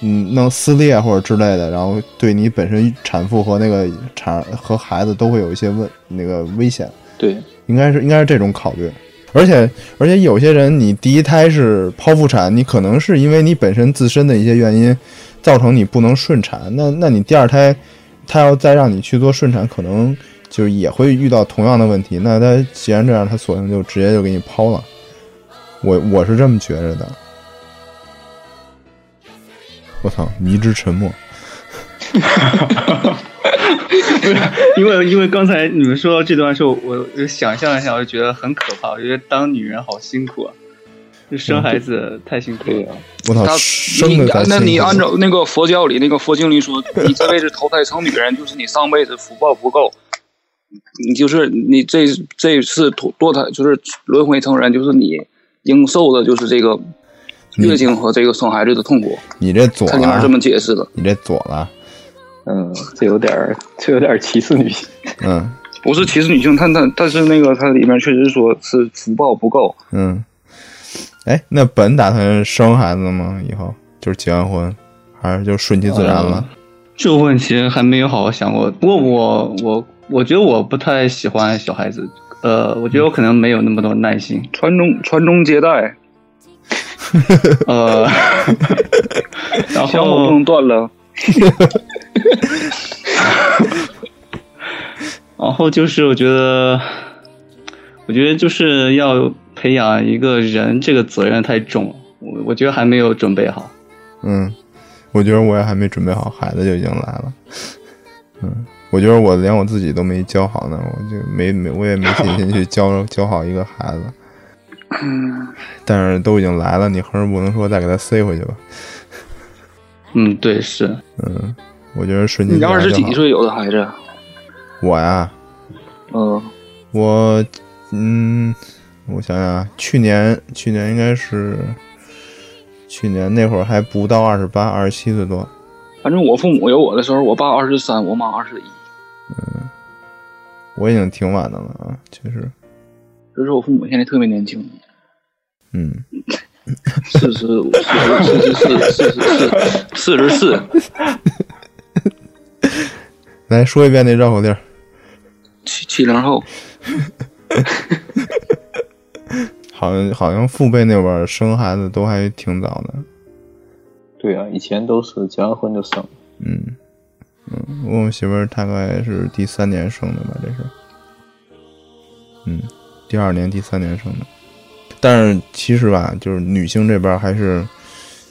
B: 嗯弄撕裂或者之类的，然后对你本身产妇和那个产和孩子都会有一些问那个危险，
D: 对
B: 应该是应该是这种考虑。而且而且有些人，你第一胎是剖腹产，你可能是因为你本身自身的一些原因，造成你不能顺产。那那你第二胎，他要再让你去做顺产，可能就也会遇到同样的问题。那他既然这样，他索性就直接就给你剖了。我我是这么觉着的。我操，迷之沉默。
E: 因为因为刚才你们说到这段时候，我我想象了一下，我就觉得很可怕。我觉得当女人好辛苦啊，就
C: 嗯
E: 生孩子太辛苦
D: 对呀，
E: 了。
B: 我操
C: 他，
B: 哦生
C: 你啊
B: 的咱
C: 那
B: 辛
C: 你
B: 苦
C: 按照那个佛教里那个佛经里说，你这辈子投胎成女人，就是你上辈子福报不够，你就是你这这次堕堕胎就是轮回成人，就是你应受的就是这个
B: 嗯
C: 月经和这个生孩子的痛苦。
B: 你这左
C: 它里面
B: 了
C: 这，么解释的，
B: 你这左了，
D: 嗯，这有点儿，这有点儿歧视女性。
B: 嗯
C: 不是歧视女性，但但但是那个它里面确实说是福报不够，
B: 嗯，哎，那本打算生孩子吗？以后就是结完婚，还是就顺其自然了？
E: 这个问题还没有好好想过。不过我我我觉得我不太喜欢小孩子，呃，我觉得我可能没有那么多耐心。
C: 传宗传宗接代，
E: 呃，然
C: 香火不
E: 后
C: 能断了。
E: 然后就是我觉得，我觉得就是要培养一个人，这个责任太重了。我我觉得还没有准备好。
B: 嗯，我觉得我也还没准备好，孩子就已经来了。嗯，我觉得我连我自己都没教好呢，我就没没我也没信心去教教好一个孩子。嗯但是都已经来了，你横着不能说再给他塞回去吧？
E: 嗯，对，是，
B: 嗯，我觉得顺其
C: 你
B: 自然
C: 二十
B: 就好
C: 几？岁有的孩子，
B: 我呀，
C: 嗯，
B: 我嗯，我想想啊，去年去年应该是去年那会儿还不到二十八，二十七岁多。
C: 反正我父母有我的时候，我爸二十三，我妈二十一，
B: 我已经挺晚的了啊，其实，
C: 就是我父母现在特别年轻，
B: 嗯，
C: 四十五、四十四、四十四、四十四，
B: 来说一遍那绕口令儿，
C: 七七零后，
B: 好像好像父辈那会儿生孩子都还挺早的，
D: 对啊，以前都是结完婚就生，
B: 嗯嗯，我媳妇儿大概是第三年生的吧，这是，嗯，第二年、第三年生的。但是其实吧，就是女性这边儿还是，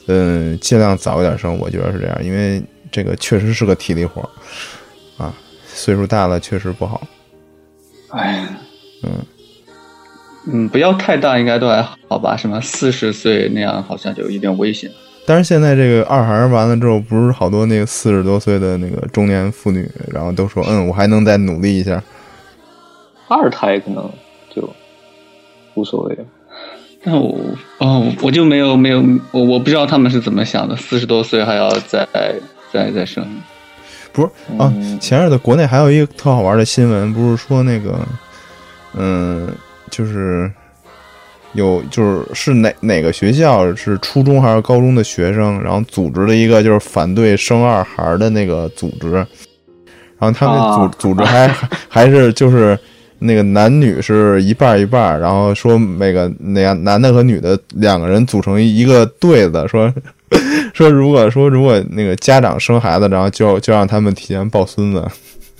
B: 嗯，尽量早一点生，我觉得是这样，因为这个确实是个体力活儿啊，岁数大了确实不好。
C: 哎，
E: 嗯，不要太大，应该都还好吧？什么四十岁那样，好像就有点危险。
B: 但是现在这个二孩儿完了之后，不是好多那个四十多岁的那个中年妇女，然后都说，嗯，我还能再努力一下。
D: 二胎可能就无所谓了。
E: 但我哦，我就没有没有，我我不知道他们是怎么想的，四十多岁还要再再再生。
B: 不是啊，
D: 嗯
B: 前日子国内还有一个特好玩的新闻，不是说那个，嗯，就是有就是是哪哪个学校是初中还是高中的学生，然后组织了一个就是反对生二孩儿的那个组织，然后他们那组、
D: 啊
B: 组织还还还是就是。那个男女是一半儿一半儿，然后说每个那样男的和女的两个人组成一个对子，说 <laughs> 说如果说如果那个家长生孩子，然后就就让他们提前抱孙子，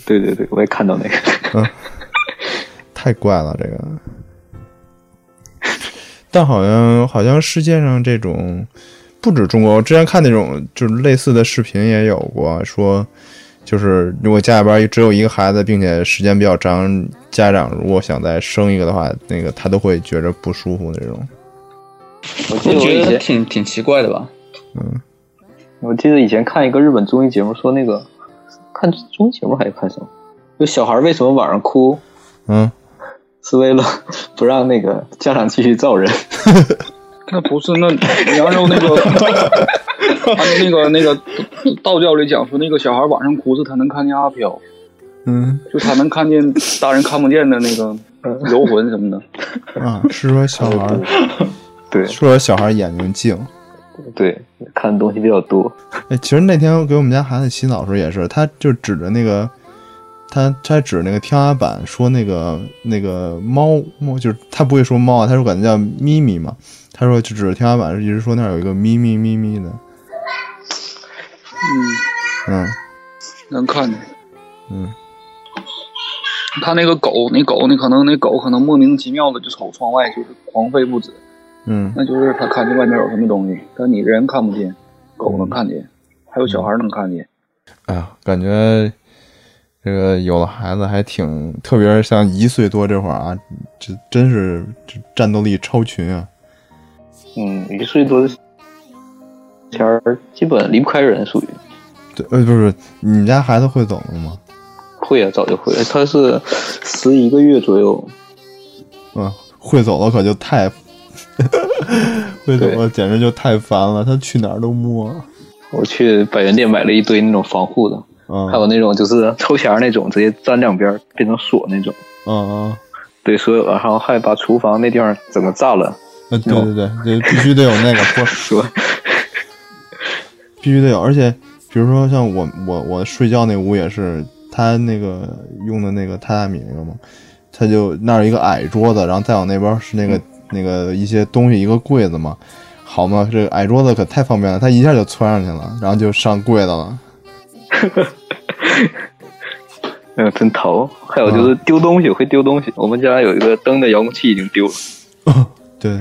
D: 对对对，我也看到那个，
B: 太怪了这个。但好像好像世界上这种不止中国，我之前看那种就是类似的视频也有过，说就是如果家里边只有一个孩子，并且时间比较长，家长如果想再生一个的话，那个他都会觉着不舒服的这种。
D: 我记
E: 我
D: 得我
E: 觉
D: 以
E: 得
D: 前
E: 挺挺奇怪的吧？
D: 我记得以前看一个日本综艺节目，说那个看综艺节目还是看什么，就小孩为什么晚上哭，
B: 嗯，
D: 是为了不让那个家长继续造人。
C: 那不是那扬州那个，他们那个那个道教里讲说，那个小孩晚上哭是他能看见阿飘，
B: 嗯
C: 就他能看见大人看不见的那个游魂什么的。
B: 啊，是说小孩儿， <laughs>
D: 对
B: 是说小孩儿眼睛静。
D: 对，看的东西比较多。
B: 哎，其实那天我给我们家孩子洗澡的时候也是，他就指着那个，他他指那个天花板说那个那个猫猫，就是他不会说猫啊，他说管它叫咪咪嘛，他说就指着天花板一直说那儿有一个咪咪咪咪的，
C: 嗯，
B: 嗯
C: 能看见。
B: 嗯，
C: 他那个狗，那狗，那可能那狗可能莫名其妙的就瞅窗外，就是狂吠不止。
B: 嗯
C: 那就是他看见外面有什么东西，但你人看不见，狗能看见，还有小孩能看见。
B: 哎呀，感觉这个有了孩子还挺，特别是像一岁多这会儿啊，这真是这战斗力超群啊，
D: 嗯，一岁多前儿基本离不开人，属于
B: 对，呃，不是，你们家孩子会走路吗？
D: 会啊，早就会了。他是十一个月左右，
B: 嗯，会走了可就太， <laughs> 会走了简直就太烦了，他去哪儿都摸。
D: 我去百元店买了一堆那种防护的，
B: 嗯
D: 还有那种就是抽签儿那种，直接粘两边儿变成锁那种。
B: 嗯
D: 对，所有，然后还把厨房那地方整个炸了，
B: 嗯，对对对，这必须得有那个，不
D: <laughs>
B: 是
D: 说
B: 必须得有。而且比如说像我我我睡觉那屋也是，他那个用的那个榻榻米那个嘛，他就那儿一个矮桌子，然后再往那边是那个、
D: 嗯
B: 那个一些东西一个柜子嘛。好嘛，这个矮桌子可太方便了，他一下就窜上去了，然后就上柜子了。
D: 嗯真淘。还有就是丢东西、会丢东西，我们家有一个灯的遥控器已经丢了，
B: 对，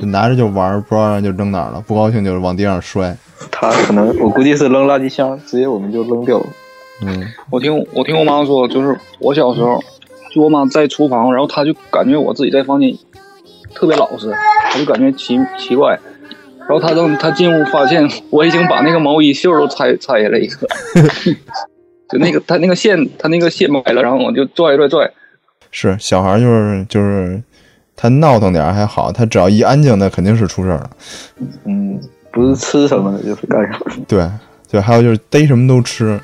B: 就拿着就玩儿，不知道就扔哪儿了，不高兴就是往地上摔。
D: 他可能我估计是扔垃圾箱，直接我们就扔掉了。
B: 嗯，
C: 我听我听我妈说，就是我小时候，就我妈在厨房，然后她就感觉我自己在房间特别老实，我就感觉奇奇怪。然后她等她进屋发现我已经把那个毛衣袖儿都拆拆下来一个， <laughs> 就那个她那个线，她那个线买了，然后我就拽拽拽，
B: 是小孩儿就是就是他闹腾点儿还好，他只要一安静，那肯定是出事儿了。
D: 嗯，不是吃什么的，就是干什么，
B: 对对，还有就是逮什么都吃，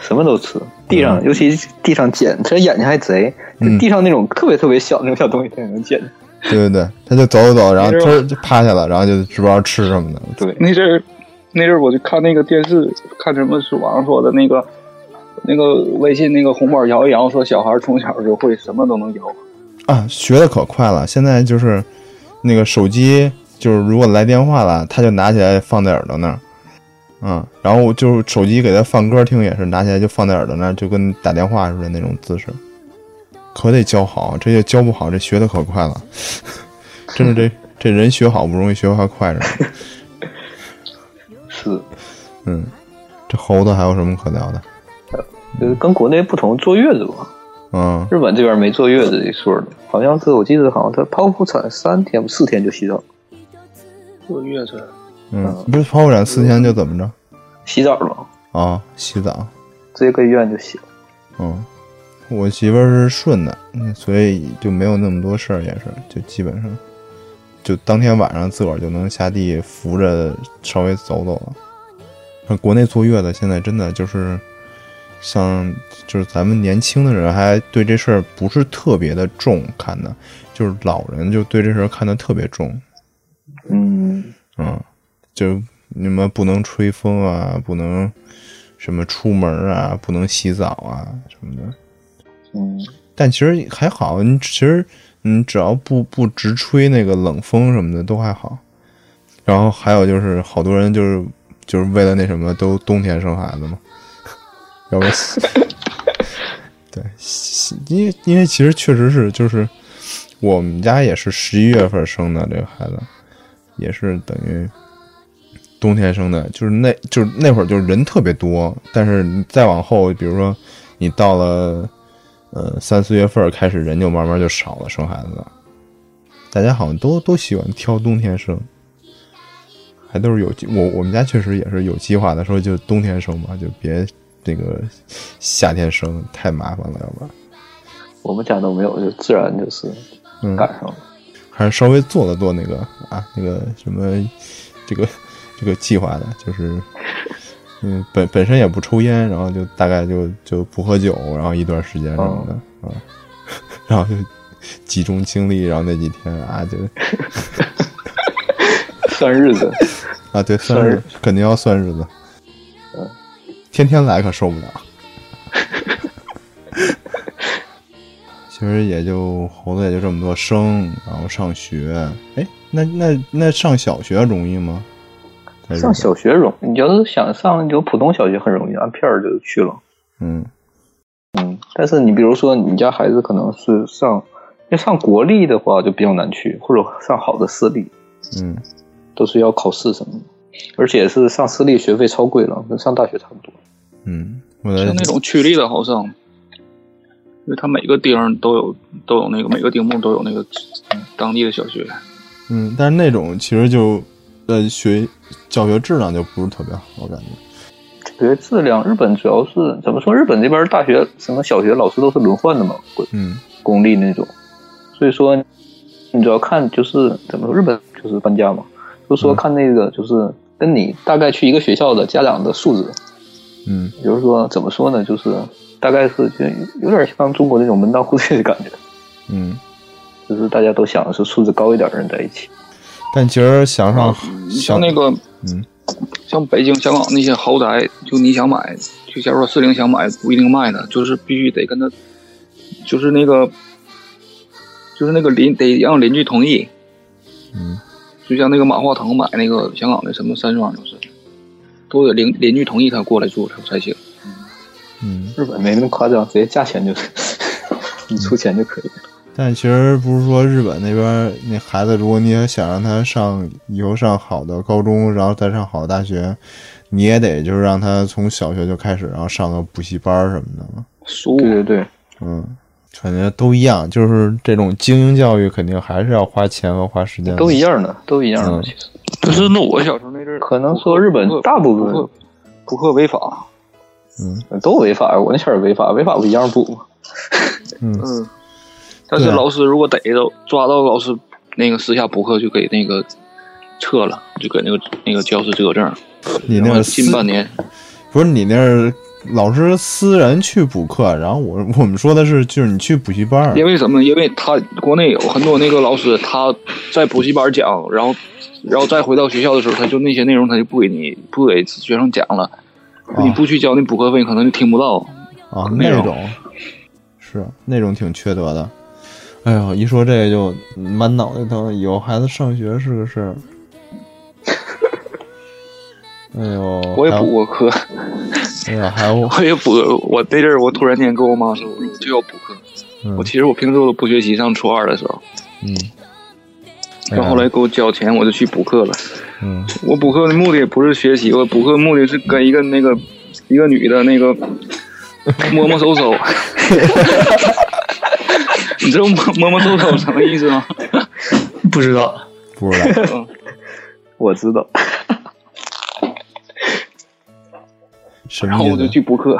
D: 什么都吃。地上，尤其地上捡，他眼睛还贼，就
B: 嗯
D: 地上那种特别特别小那种小东西，他也能捡。
B: 对对对，他就走走走，然后突就趴下了，然后就知不知道吃什么的。
D: 对，
C: 那阵儿，那阵儿我就看那个电视，看什么是网上说的那个，那个微信那个红包摇一摇，说小孩儿从小就会什么都能摇。
B: 啊，学的可快了。现在就是那个手机，就是如果来电话了，他就拿起来放在耳朵那儿，嗯，然后就是手机给他放歌听也是拿起来就放在耳朵那儿，就跟打电话似的那种姿势，可得教好，这就教不好，这学的可快了，真是这这人学好不容易，学坏快着呢，
D: 是，
B: 嗯，这猴子还有什么可聊的？
D: 就是跟国内不同，坐月子吧。
B: 嗯，
D: 日本这边没坐月子一说的，好像是我记得好像他剖腹产三天四天就洗澡，
C: 坐月子，
B: 嗯，不是剖腹产四天就怎么着
D: 洗澡了，
B: 啊、洗澡。
D: 直接搁医院就洗了。
B: 嗯，我媳妇儿是顺的，嗯所以就没有那么多事儿，也是就基本上就当天晚上自个儿就能下地扶着稍微走走了。那国内坐月子现在真的就是像就是咱们年轻的人还对这事儿不是特别的重看的，就是老人就对这事儿看得特别重，
D: 嗯，
B: 嗯，就你们不能吹风啊，不能什么出门啊，不能洗澡啊什么的。
D: 嗯，但
B: 但其实还好，你其实你只要不不直吹那个冷风什么的都还好。然后还有就是，好多人就是就是为了那什么，都冬天生孩子嘛，要不然对，因为因为其实确实是就是我们家也是十一月份生的这个孩子，也是等于冬天生的，就是那就是那会儿就是人特别多，但是你再往后，比如说你到了呃三四月份儿开始，人就慢慢就少了生孩子了，大家好像都都喜欢挑冬天生。还都是有计我我们家确实也是有计划的，说就冬天生吧，就别那个夏天生太麻烦了，要不然。
D: 我们家都没有，就自然就是
B: 嗯
D: 赶上了。
B: 还是稍微做了做那个啊，那个什么，这个这个计划的，就是，嗯，本本身也不抽烟，然后就大概就就不喝酒，然后一段时间什么的啊、 <laughs> 然后就集中精力，然后那几天啊，就
D: 算日子，
B: 啊，对，算日
D: 算日
B: 子肯定要算日子，
D: 嗯
B: 天天来可受不了。其实也就猴子也就这么多生，然后上学，哎，那那那上小学容易吗？在日
D: 上
B: 本
D: 小学容易，你要是想上那种普通小学很容易，按片儿就去了。
B: 嗯
D: 嗯，但是你比如说你家孩子可能是上，要上国立的话就比较难去，或者上好的私立，
B: 嗯，
D: 都是要考试什么的，而且是上私立学费超贵了，跟上大学差不多。
B: 嗯，我
C: 像
B: 的
C: 那种区立的好上，因为它每个丁儿都有都有那个每个丁目都有那个嗯当地的小学。
B: 嗯，但是那种其实就呃学教学质量就不是特别好，我感觉。
D: 学质量，日本主要是怎么说？日本这边大学什么小学老师都是轮换的嘛，公
B: 嗯
D: 公立那种，所以说你主要看就是怎么说，日本就是搬家嘛，就说看那个就是跟你大概去一个学校的家长的素质，
B: 嗯
D: 比如说怎么说呢，就是大概是就有点像中国那种门当户对的感觉，
B: 嗯，
D: 就是大家都想的是素质高一点的人在一起。
B: 但其实想上
C: 你
B: 想
C: 像那个
B: 嗯
C: 像北京、香港那些豪宅，就你想买，就假如说四零想买，不一定卖的，就是必须得跟他，就是那个，就是那个邻得让邻居同意。
B: 嗯，
C: 就像那个马化腾买那个香港的什么山庄，就是都得邻邻居同意他过来住才才行。
B: 嗯，
D: <laughs> 日本没那么夸张，直接价钱就是你出钱就可以了。
B: 但其实不是说日本那边那孩子，如果你也想让他上以后上好的高中，然后再上好的大学，你也得就是让他从小学就开始，然后上个补习班儿什么的嘛。
C: 书
D: 对对对，
B: 嗯，感觉都一样，就是这种精英教育肯定还是要花钱和花时间的，
D: 都一样的，都一样的。
B: 嗯
D: 其实
C: 就是那我小时候那阵儿，
D: 可能说日本大部分
C: 扑克扑克违法，
D: 都违法呀，我那前儿违法，违法不一样补吗？
B: 嗯，
C: 嗯，但是
B: 对啊
C: 老师如果逮着抓到老师那个私下补课，就给那个撤了，就给那个那个教师资格证，
B: 你那
C: 然后
B: 个私
C: 近半年。
B: 不是你那儿老师私人去补课，然后我我们说的是就是你去补习班儿，
C: 因为什么？因为他国内有很多那个老师，他在补习班讲，然后然后再回到学校的时候，他就那些内容他就不给你不给学生讲了。你不去交那补课费，可能就听不到。
B: 啊，
C: 内
B: 那
C: 容
B: 种是那种挺缺德的。哎呦，一说这个就满脑袋疼。以后孩子上学是个事 <laughs> 儿。哎呦，
C: 我也
B: 还有
C: 补过课， <laughs>
B: 哎呀，还有，
C: 我也补过。我那阵儿我突然间跟我妈说，我说我就要补课。
B: 嗯
C: 我其实我平时我都不学习，上初二的时候，
B: 嗯，
C: <laughs>
B: 哎
C: 然后后来给我交钱，我就去补课了。
B: <laughs> 嗯
C: 我补课的目的不是学习，我补课的目的是跟一个那个一个女的那个 <laughs> 摸摸搜搜。 <laughs> 你知道摸摸摸搜搜什么意思吗？
E: 不知道。
B: 不知道，
D: 我知道，
B: 什
C: <laughs> 然
B: 么
C: 后我就
B: 意思？
C: 去补课，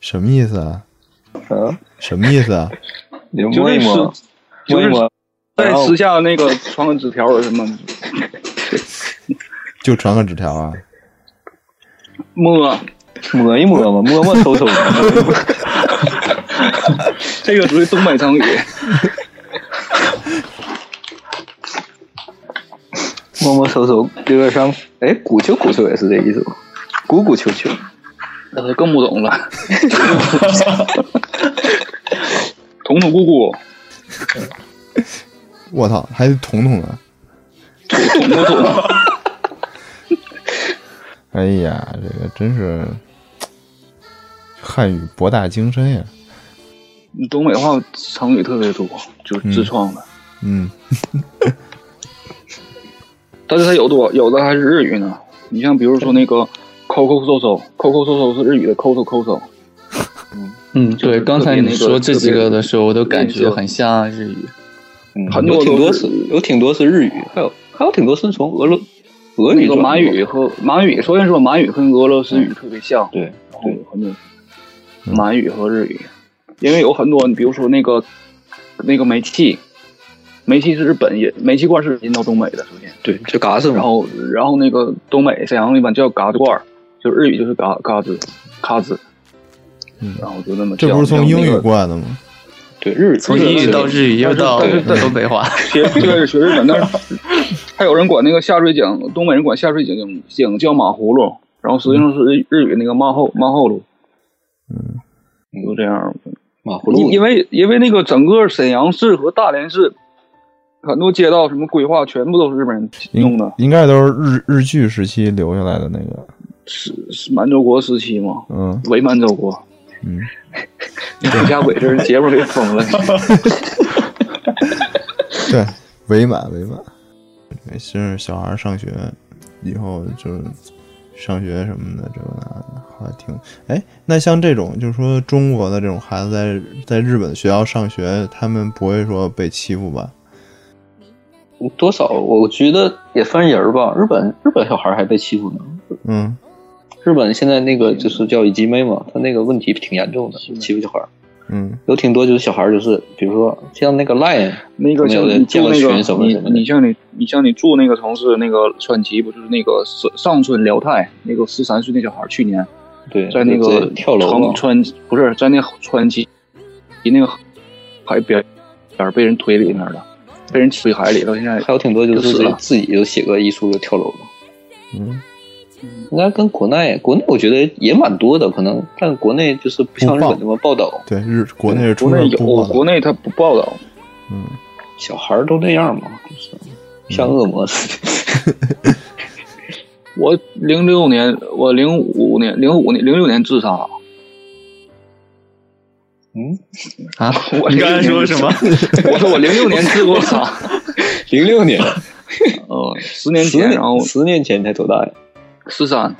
B: 什么意思啊？
D: 嗯，
B: 什么意思啊？
D: 你就摸一摸，
C: 就
D: 摸一
C: 是
D: 摸，
C: 在
D: 然后
C: 私下那个传个纸条儿什么
B: 就传个纸条啊？
C: 摸，
D: 摸一摸嘛，摸摸抽抽嘛。
C: 这个属于东北成语。
D: 摸摸搜搜，有点像，哎，鼓球鼓球也是这意思吧？鼓鼓球球，
C: 呃，更不懂了。 <laughs> 捅捅咕咕，
B: 我操，还彤彤
C: <laughs>
B: 呢！
C: 捅不捅？
B: 哎呀，这个真是汉语博大精深呀。
C: 东北话成语特别多，就是自创的。
B: 嗯，
C: 但是它有多有的还是日语呢。你像比如说那个抠抠搜搜，抠抠搜搜是日语的抠搜抠搜，
E: 嗯，
C: 就是
E: 对，刚
C: 特
E: 才
C: 别
E: 你
C: 那个
E: 说这
C: 特
E: 几
C: 别
E: 个的时候，我都感
C: 那
E: 觉
C: 个
E: 很像日语。
D: 嗯，
C: 很
D: 有
C: 多
D: 挺
C: 都
D: 多
C: 是
D: 是，有挺多是日语，还有还有挺多是从俄罗俄
C: 那
D: 语
C: 个
D: 转
C: 满
D: 过来
C: 语和满语，所以说满语跟俄罗斯语特别像，
D: 嗯对
C: 然
D: 嗯
C: 后有很多满语和日语，因为有很多，你比如说那个那个煤气，煤气是日本也煤气罐是引到东北的，首先，
D: 对，就嘎子
C: 然
D: 嘛，
C: 后然后那个东北沈阳那边叫嘎子罐儿，就日语就是嘎嘎子嘎子，
B: 嗯
C: 然后就那么叫，
B: 这不是从英
C: 然后
B: 语
C: 那个
B: 过来的吗？
D: 对日语
E: 从英语到日语，又到
C: 但是但是
E: 东北话。
C: 学对学日本，但是还有人管那个下水井，东北人管下水井井叫马葫芦，然后实际上是日日语那个马后马后路，嗯，就这样。
D: 马葫
C: 因
D: 芦，
C: 因为因为那个整个沈阳市和大连市，很多街道什么规划全部都是日本人
B: 嗯
C: 弄的，
B: 应该都是日日剧时期留下来的那个。
C: 是是满洲国时期嘛，
B: 嗯
C: 伪满洲国。 <laughs>
B: 嗯，
C: 李家伟这人节目给封了，
B: <laughs> 对，伪满伪满。对，是小孩上学以后就是上学什么的，这个那的，还挺哎。那像这种就是说中国的这种孩子在在日本学校上学，他们不会说被欺负吧？
D: 多少我觉得也分人儿吧。日本日本小孩还被欺负呢。
B: 嗯
D: <laughs> 日本现在那个就是叫以及妹嘛，他那个问题挺严重的，欺负小孩儿
B: 嗯
D: 有挺多就是小孩儿就是，比如说像那个 Line，
C: 那个像你住那
D: 建个
C: 个
D: 群什么什么的
C: 你你像你你像你住那个城市那个川崎不就是那个上上村辽太那个十三岁那小孩儿去年
D: 对，
C: 在那
D: 就
C: 个
D: 是跳楼嘛
C: 长川不是在那川崎那个海边边儿被人推里面了，被人推海里头，现在
D: 还有挺多就
C: 就是是
D: 自己就写个遗书就跳楼了。
B: 嗯，
D: 应该跟国内，国内我觉得也蛮多的，可能但国内就是不像日本那么报道，
B: 对，日国内是
C: 国
B: 充
C: 内
B: 分
C: 有，
B: 不报
C: 国
B: 的。
C: 内他不报道，
B: 嗯，
D: 小孩儿都那样嘛，就是
C: 嗯
D: 像恶魔似的。
C: 我零六年，我零五年、零五年、零六年自杀，
D: 嗯，
E: <laughs> 啊
C: 我
E: 你刚才说什么？
C: 我说我零六年治过伤，
D: <laughs> 零六年，
C: 呃，十年
D: 十
C: 前，然后
D: 十年前才多大呀？
C: 十三、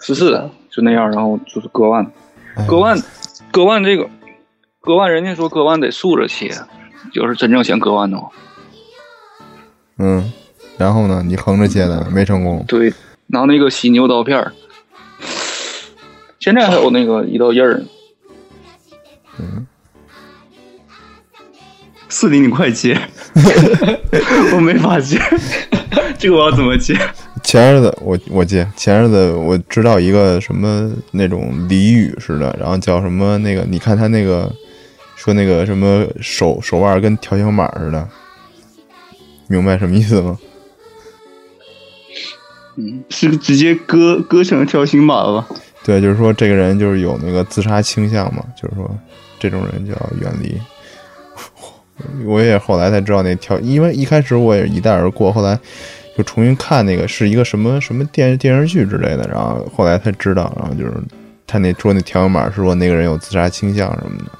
C: 十四就那样，然后就是割腕，
B: 哎
C: 割腕，割腕这个，割腕，人家说割腕得竖着切，就是真正想割腕的话，
B: 嗯，然后呢，你横着切的没成功，
C: 对，拿那个犀牛刀片儿，现在还有那个一道印儿，
E: 四零你快 <laughs> 接，我没法接，这个我要怎么接？
B: 前日子我我记，前日子我知道一个什么那种俚语似的，然后叫什么那个，你看他那个说那个什么手手腕跟条形码似的，明白什么意思吗？
C: 嗯，
E: 是直接割割成条形码了吧？
B: 对，就是说这个人就是有那个自杀倾向嘛，就是说这种人就要远离。我也后来才知道那条，因为一开始我也一带而过，后来就重新看那个是一个什么什么电电视剧之类的，然后后来才知道，然后就是他那说那条形码是说那个人有自杀倾向什么的。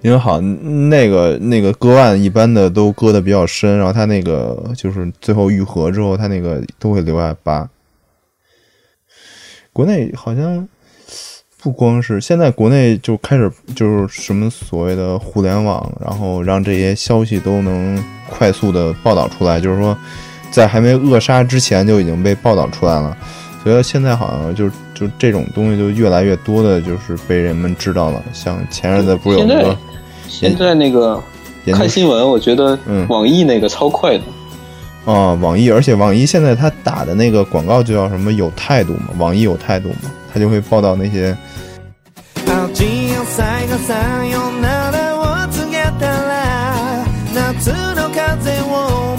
B: 因为好，那个那个割腕一般的都割的比较深，然后他那个就是最后愈合之后，他那个都会留下疤。国内好像不光是现在国内就开始就是什么所谓的互联网，然后让这些消息都能快速的报道出来，就是说在还没扼杀之前就已经被报道出来了。所以现在好像就就这种东西就越来越多的，就是被人们知道了。像前日子不是有那
D: 现
B: 个
D: 在现在那个
B: 研究
D: 看新闻，我觉得
B: 嗯
D: 网易那个超快的，
B: 啊、网易，而且网易现在它打的那个广告就叫什么有态度嘛，网易有态度嘛，它就会报道那些
F: アジア最後さよならを告げたら夏の風を